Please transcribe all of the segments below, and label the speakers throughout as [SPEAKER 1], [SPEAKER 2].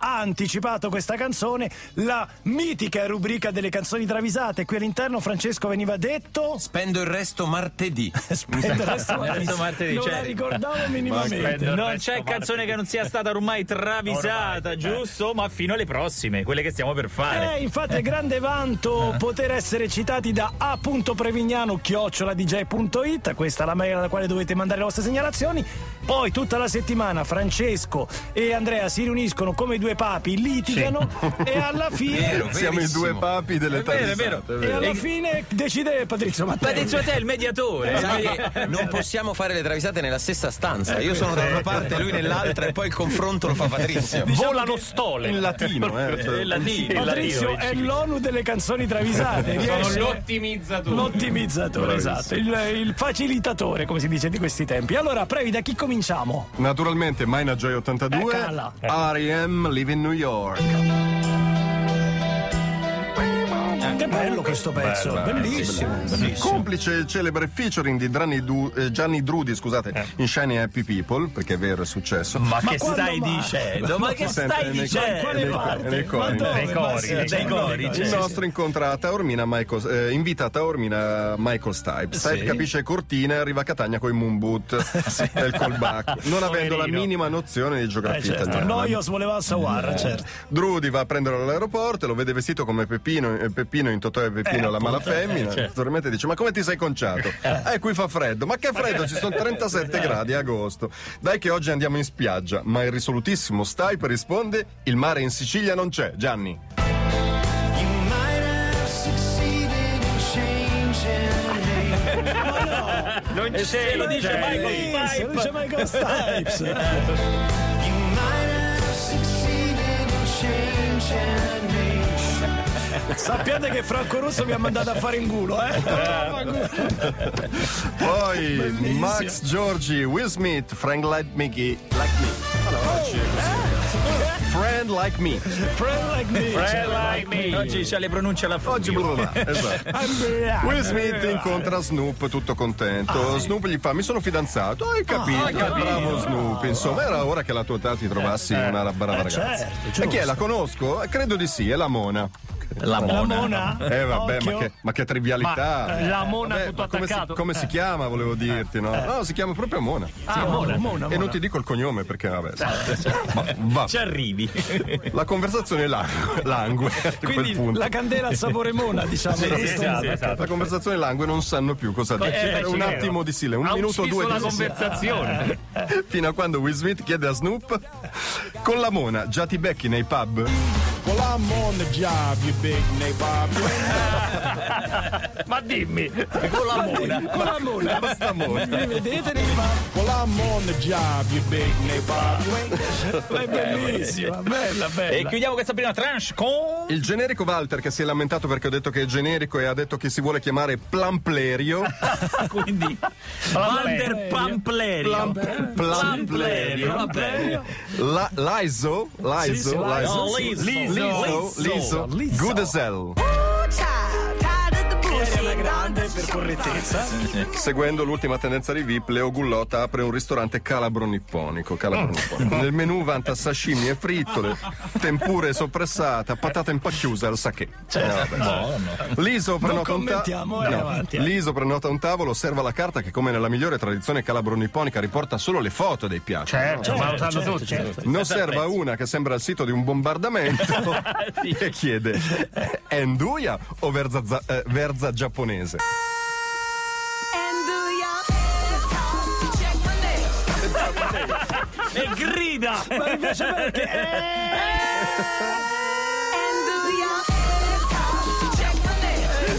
[SPEAKER 1] ha anticipato questa canzone, la mitica rubrica delle canzoni travisate. Qui all'interno Francesco veniva detto...
[SPEAKER 2] Spendo il resto martedì.
[SPEAKER 1] Spendo il resto
[SPEAKER 3] Resto martedì,
[SPEAKER 1] Non
[SPEAKER 3] cioè-
[SPEAKER 1] la ricordavo minimamente.
[SPEAKER 3] Non
[SPEAKER 4] Resto
[SPEAKER 3] c'è
[SPEAKER 4] martedì.
[SPEAKER 3] canzone che non sia stata ormai travisata,
[SPEAKER 4] Ormai,
[SPEAKER 3] giusto? Ma fino alle prossime, quelle che stiamo per fare.
[SPEAKER 1] Eh, infatti è grande
[SPEAKER 3] Eh.
[SPEAKER 1] vanto poter essere citati da a.prevignano dj.it, questa è la mail alla quale dovete mandare le vostre segnalazioni. Poi tutta la settimana Francesco e Andrea si riuniscono come i due papi, litigano e alla fine
[SPEAKER 2] Vero,
[SPEAKER 5] Siamo i due
[SPEAKER 2] verissimo.
[SPEAKER 5] papi delle
[SPEAKER 3] È vero, è
[SPEAKER 5] travisate.
[SPEAKER 3] vero.
[SPEAKER 1] e alla
[SPEAKER 3] E-
[SPEAKER 1] fine decide Patrizio Matteo.
[SPEAKER 3] Patrizio te è il mediatore.
[SPEAKER 2] Sai
[SPEAKER 3] sai?
[SPEAKER 2] che non possiamo fare le travisate nella stessa stanza. Io sono da una parte, lui nell'altra, e poi il confronto lo fa Patrizio.
[SPEAKER 4] Volano stole.
[SPEAKER 5] Diciamo In latino, eh. cioè-
[SPEAKER 3] Eh, la D.
[SPEAKER 4] Eh, la
[SPEAKER 1] Patrizio
[SPEAKER 4] Dio,
[SPEAKER 1] è l'ONU delle canzoni travisate.
[SPEAKER 6] Sono
[SPEAKER 1] riesce-
[SPEAKER 6] l'ottimizzatore.
[SPEAKER 1] L'ottimizzatore, esatto, il, il facilitatore, come si dice di questi tempi. Allora, Previ, da chi cominciamo?
[SPEAKER 5] Naturalmente, Mina Joy
[SPEAKER 1] Eccola.
[SPEAKER 5] 82, R.E.M. Live in New York.
[SPEAKER 1] Che bello questo pezzo, bellissimo. Eh,
[SPEAKER 5] Complice il celebre featuring di Gianni, Du- eh, Gianni Drudi, scusate, in Shiny Happy People, perché è vero, è successo.
[SPEAKER 3] Ma, che
[SPEAKER 1] quando
[SPEAKER 3] stai
[SPEAKER 1] mai?
[SPEAKER 3] dicendo?
[SPEAKER 5] Eh
[SPEAKER 3] Ma che
[SPEAKER 5] Sente,
[SPEAKER 3] stai
[SPEAKER 5] nei-
[SPEAKER 1] Ma in
[SPEAKER 3] dicendo?
[SPEAKER 1] quale
[SPEAKER 5] nei-
[SPEAKER 1] parte?
[SPEAKER 5] nei cori.
[SPEAKER 1] Ma dove?
[SPEAKER 4] Nei cori,
[SPEAKER 1] Ma sì,
[SPEAKER 4] nei
[SPEAKER 1] dai
[SPEAKER 3] cori,
[SPEAKER 1] cori,
[SPEAKER 3] cioè.
[SPEAKER 5] Il
[SPEAKER 1] sì,
[SPEAKER 5] nostro incontrata Ormina Michael, eh, invitata a Ormina Michael Stipe. Stipe capisce Cortina e arriva a Catania con i moon boot e il callback, non avendo la minima nozione di
[SPEAKER 1] sì.
[SPEAKER 5] geografia
[SPEAKER 1] Eh, certo.
[SPEAKER 5] italiana.
[SPEAKER 1] Noios voleva a Sawar, certo.
[SPEAKER 5] Drudi va a prenderlo all'aeroporto, lo vede vestito come Peppino, eh, Peppino in Totò e Peppino la mala femmina. Naturalmente dice: Ma come ti sei conciato? Eh, qui fa freddo. Ma che freddo, ci sono 37 gradi a agosto. Dai, che oggi andiamo in spiaggia. Ma il risolutissimo Stipe risponde: Il mare in Sicilia non c'è, Gianni.
[SPEAKER 3] Non c'è, lo dice Michael
[SPEAKER 1] Bellissimo,
[SPEAKER 3] Stipe.
[SPEAKER 1] dice Michael Stipes. Sappiate che Franco Russo mi ha mandato a fare in culo, eh?
[SPEAKER 5] Poi Max Giorgi, Will Smith, Frank Like Me. Like me. Allora, oggi è così. Friend like me.
[SPEAKER 1] Friend like me. cioè,
[SPEAKER 3] Oggi c'ha le pronunce alla foggia.
[SPEAKER 5] Oggi bla bla bla, esatto.
[SPEAKER 1] Andrea.
[SPEAKER 5] Will Smith incontra Snoop tutto contento. Snoop gli fa: Mi sono fidanzato. Hai capito? Bravo Snoop. Insomma, era ora che la tua età ti trovassi una brava ragazza.
[SPEAKER 1] certo,
[SPEAKER 5] e chi è? La conosco? Eh, Credo di sì, è la Mona.
[SPEAKER 1] La
[SPEAKER 3] La mona.
[SPEAKER 1] mona.
[SPEAKER 5] Eh vabbè,
[SPEAKER 1] Occhio.
[SPEAKER 5] ma che, ma che trivialità.
[SPEAKER 4] Ma, eh, la Mona tutto
[SPEAKER 5] ma come si,
[SPEAKER 4] attaccato.
[SPEAKER 5] come si chiama, volevo dirti, no? No, si chiama proprio Mona.
[SPEAKER 1] Ah, mona, mona,
[SPEAKER 5] E
[SPEAKER 1] mona.
[SPEAKER 5] non ti dico il cognome perché vabbè. Ma, va.
[SPEAKER 3] Ci arrivi.
[SPEAKER 5] La conversazione langue, langue a quel
[SPEAKER 1] Quindi
[SPEAKER 5] punto.
[SPEAKER 1] la candela al sapore mona, diciamo.
[SPEAKER 4] Sì,
[SPEAKER 1] questo-
[SPEAKER 4] esatto, esatto.
[SPEAKER 5] La conversazione langue non sanno più cosa dire.
[SPEAKER 4] eh,
[SPEAKER 5] un
[SPEAKER 4] sì,
[SPEAKER 5] attimo
[SPEAKER 4] vero.
[SPEAKER 5] di silenzio, un
[SPEAKER 4] ha
[SPEAKER 5] minuto o
[SPEAKER 4] ucciso
[SPEAKER 5] due
[SPEAKER 4] la
[SPEAKER 5] di silenzio.
[SPEAKER 4] conversazione.
[SPEAKER 5] Fino a quando Will Smith chiede a Snoop: Con la mona già ti becchi nei pub?
[SPEAKER 7] Well, I'm on the job, you big nabob.
[SPEAKER 4] Ma dimmi,
[SPEAKER 3] Con la mona.
[SPEAKER 1] Con la mona.
[SPEAKER 5] Basta mona.
[SPEAKER 1] Mi vedete nei pub?
[SPEAKER 7] Well, I'm on the job, you big nabob.
[SPEAKER 1] È bellissima, bella, bella.
[SPEAKER 3] E chiudiamo questa prima tranche con.
[SPEAKER 5] Il generico Walter che si è lamentato perché ho detto che è generico e ha detto che si vuole chiamare Plamplerio.
[SPEAKER 3] Quindi. Walter Pamplerio.
[SPEAKER 5] Plam- Plamplerio.
[SPEAKER 3] Vabbè.
[SPEAKER 5] La, Liso,
[SPEAKER 1] sì, Liso.
[SPEAKER 5] Liso,
[SPEAKER 3] No, Liso.
[SPEAKER 5] Liso, Liso,
[SPEAKER 1] Liso.
[SPEAKER 5] Good as hell.
[SPEAKER 1] Ariana Grande per correttezza.
[SPEAKER 5] Seguendo l'ultima tendenza di VIP, Leo Gullotta apre un ristorante calabro nipponico. Calabro
[SPEAKER 4] Mm.
[SPEAKER 5] nipponico. Nel menù vanta sashimi e frittole, tempure soppressata, patata impacchiusa al sake.
[SPEAKER 4] Certo.
[SPEAKER 5] Eh, vabbè. Liso prenota, un ta-
[SPEAKER 1] commentiamo, eh, avanti, eh.
[SPEAKER 5] Liso prenota un tavolo, serva la carta che, come nella migliore tradizione calabro nipponica, riporta solo le foto dei piatti.
[SPEAKER 4] certo, ma lo sanno tutti.
[SPEAKER 5] certo. Non serva una che sembra il sito di un bombardamento e chiede: È Nduja o verza, za- eh, verza giapponese?
[SPEAKER 3] E grida.
[SPEAKER 1] Ma mi piace perché è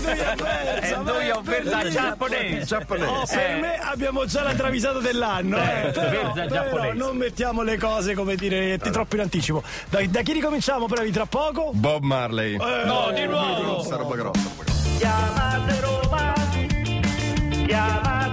[SPEAKER 3] E Eh, noi ho per la giapponese.
[SPEAKER 1] Eh, Oh,
[SPEAKER 5] Giapponese.
[SPEAKER 1] per me abbiamo già la travisata dell'anno. eh. Però,
[SPEAKER 4] verza
[SPEAKER 1] però
[SPEAKER 4] giapponese.
[SPEAKER 1] non mettiamo le cose come dire troppo in anticipo. Dai, da chi ricominciamo, Previ, tra poco?
[SPEAKER 5] Bob Marley.
[SPEAKER 2] Eh,
[SPEAKER 4] No, di nuovo.
[SPEAKER 5] Grossa roba grossa. roba grossa.
[SPEAKER 8] Chiamate Roma, chiamate Roma.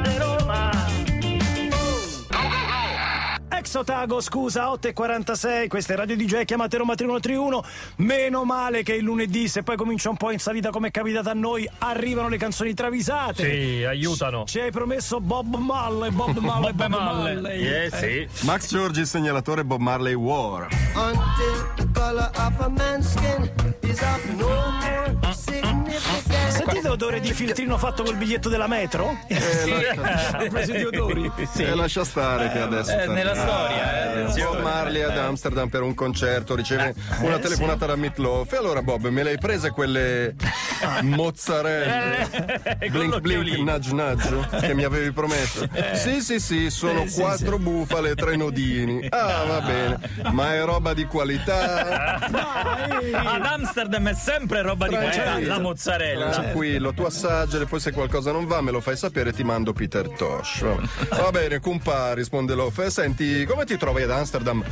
[SPEAKER 1] Exotago, scusa, 8.46, questa è Radio DJ, chiamate Roma 3131. Meno male che il lunedì, se poi comincia un po' in salita come è capitata a noi, arrivano le canzoni travisate.
[SPEAKER 4] Sì, aiutano.
[SPEAKER 1] Ci hai promesso Bob Marley, Bob Marley, Bob Marley.
[SPEAKER 4] Eh sì.
[SPEAKER 5] Max Giorgi, segnalatore Bob Marley War.
[SPEAKER 9] Until the color
[SPEAKER 6] of a man's skin is of no more significance.
[SPEAKER 1] Sentite l'odore di filtrino fatto col biglietto della metro? Ha preso gli odori.
[SPEAKER 5] E Eh, lascia stare che adesso.
[SPEAKER 2] Eh, Eh, nella
[SPEAKER 5] sta-
[SPEAKER 2] storia, eh,
[SPEAKER 5] Bob
[SPEAKER 2] attenzione.
[SPEAKER 5] Marley ad Amsterdam per un concerto, riceve una telefonata da Meatloaf. E allora, Bob, me le hai prese quelle
[SPEAKER 2] Eh,
[SPEAKER 5] mozzarelle? blink blink, nudge nudge, che mi avevi promesso.
[SPEAKER 2] Eh.
[SPEAKER 5] Sì, sì, sì, sono quattro bufale e tre nodini. Ah, va bene, ma è roba di qualità.
[SPEAKER 3] Ad Amsterdam è sempre roba di qualità,
[SPEAKER 5] Tranquillo.
[SPEAKER 3] la mozzarella.
[SPEAKER 5] Tranquillo, tu assaggiale, poi se qualcosa non va me lo fai sapere e ti mando Peter Tosh. Vabbè. Va bene, compà, risponde Loff. Eh, Senti, come ti trovi ad Amsterdam?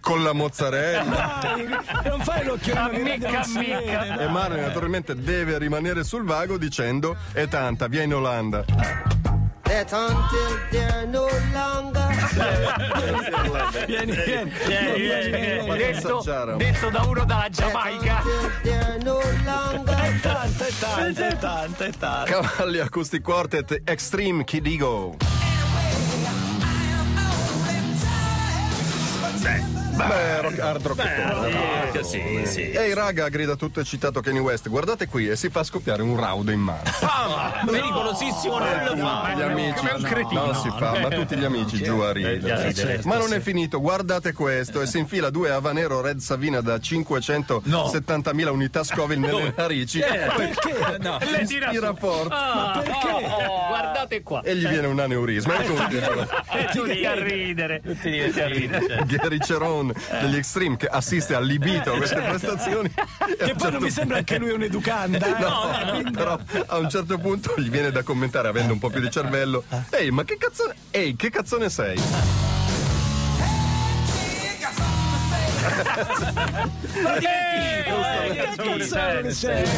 [SPEAKER 5] Con la mozzarella.
[SPEAKER 1] Non fare l'occhiolino che rende Eh,
[SPEAKER 4] Mica,
[SPEAKER 1] non si vede.
[SPEAKER 4] mica.
[SPEAKER 5] E Marley naturalmente deve rimanere sul vago dicendo è tanta, via in Olanda.
[SPEAKER 6] That until they're no longer
[SPEAKER 1] Vieni, vieni.
[SPEAKER 3] Vieni, vieni,
[SPEAKER 5] Ma
[SPEAKER 3] vieni.
[SPEAKER 5] detto,
[SPEAKER 4] Detto da uno dalla Giamaica.
[SPEAKER 6] until they're no longer
[SPEAKER 1] È tanta, è
[SPEAKER 3] Eh,
[SPEAKER 1] tanta, è tanta, è tanta.
[SPEAKER 5] Cavalli Acoustic Quartet Extreme Kid Ego. Beh, rock, hard rock
[SPEAKER 3] Sì, sì.
[SPEAKER 5] Ehi raga, grida tutto eccitato Kanye West, guardate qui e si fa scoppiare un raudo in mano.
[SPEAKER 2] Pericolosissimo, non lo fa.
[SPEAKER 5] gli amici.
[SPEAKER 4] Come un cretino.
[SPEAKER 5] Non si fa, ma tutti gli amici giù
[SPEAKER 1] Eh,
[SPEAKER 5] a ridere.
[SPEAKER 1] certo,
[SPEAKER 5] ma non è finito, guardate questo e si infila due Havanero Red Savina da 570.000 unità Scoville nelle narici.
[SPEAKER 1] Perché?
[SPEAKER 4] Le tira
[SPEAKER 5] Tira
[SPEAKER 4] su.
[SPEAKER 5] forte
[SPEAKER 4] Ah,
[SPEAKER 1] Perché?
[SPEAKER 4] oh, oh, guardate qua.
[SPEAKER 5] e gli viene un aneurisma. È tutto.
[SPEAKER 4] E tutti a ridere. Tutti a ridere.
[SPEAKER 5] Gary Ceron degli Extreme che assiste allibito a queste prestazioni.
[SPEAKER 1] Certo.
[SPEAKER 5] Certo.
[SPEAKER 1] Che poi non mi sembra anche lui un educanda. eh?
[SPEAKER 5] Però a un certo punto gli viene da commentare, avendo un po' più di cervello, ehi, ma che cazzone, ehi, che cazzone sei?
[SPEAKER 1] eh, Che cazzo ne sei?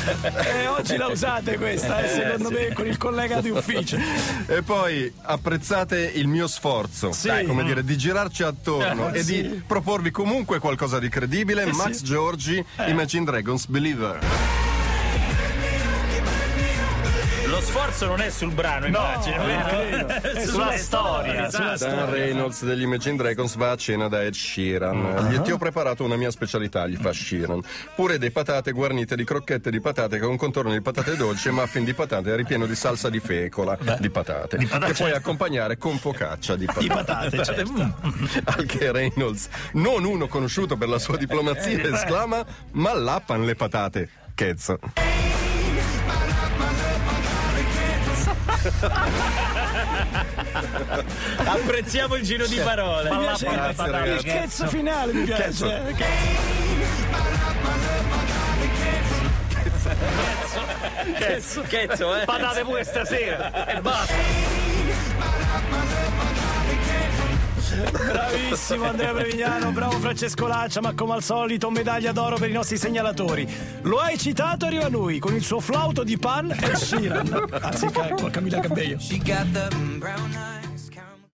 [SPEAKER 1] Eh, oggi la usate questa, eh, secondo me, con il collega di ufficio.
[SPEAKER 5] E poi apprezzate il mio sforzo,
[SPEAKER 1] Sì.
[SPEAKER 5] dai, come dire, di girarci attorno e di proporvi comunque qualcosa di credibile. Max Giorgi, Imagine Dragons Believer.
[SPEAKER 3] Lo sforzo non è sul brano, immagino. vero? È sulla storia. esatto.
[SPEAKER 5] Dan Reynolds degli Imagine Dragons va a cena da Ed Sheeran. Gli ti ho preparato una mia specialità, gli fa Sheeran. Pure di patate guarnite di crocchette di patate con contorno di patate dolci e muffin di patate ripieno di salsa di fecola di patate. che puoi accompagnare con focaccia di patate.
[SPEAKER 3] Mm.
[SPEAKER 5] Anche Reynolds, non uno conosciuto per la sua diplomazia, esclama: Ma lappan le patate. Chezzo.
[SPEAKER 3] Apprezziamo il giro di parole.
[SPEAKER 1] Mi piace
[SPEAKER 5] Grazie,
[SPEAKER 1] il
[SPEAKER 5] ragazzi.
[SPEAKER 1] scherzo finale, mi piace. eh.
[SPEAKER 3] Chezzo, chezzo, eh.
[SPEAKER 4] Patate pure stasera. E basta.
[SPEAKER 1] Bravissimo Andrea Prevignano, bravo Francesco Laccia, ma come al solito medaglia d'oro per i nostri segnalatori. Lo hai citato, arriva lui con il suo flauto di pan e Sheeran. Anzi, calcola, Camilla Cabello.
[SPEAKER 9] She got the brown eyes.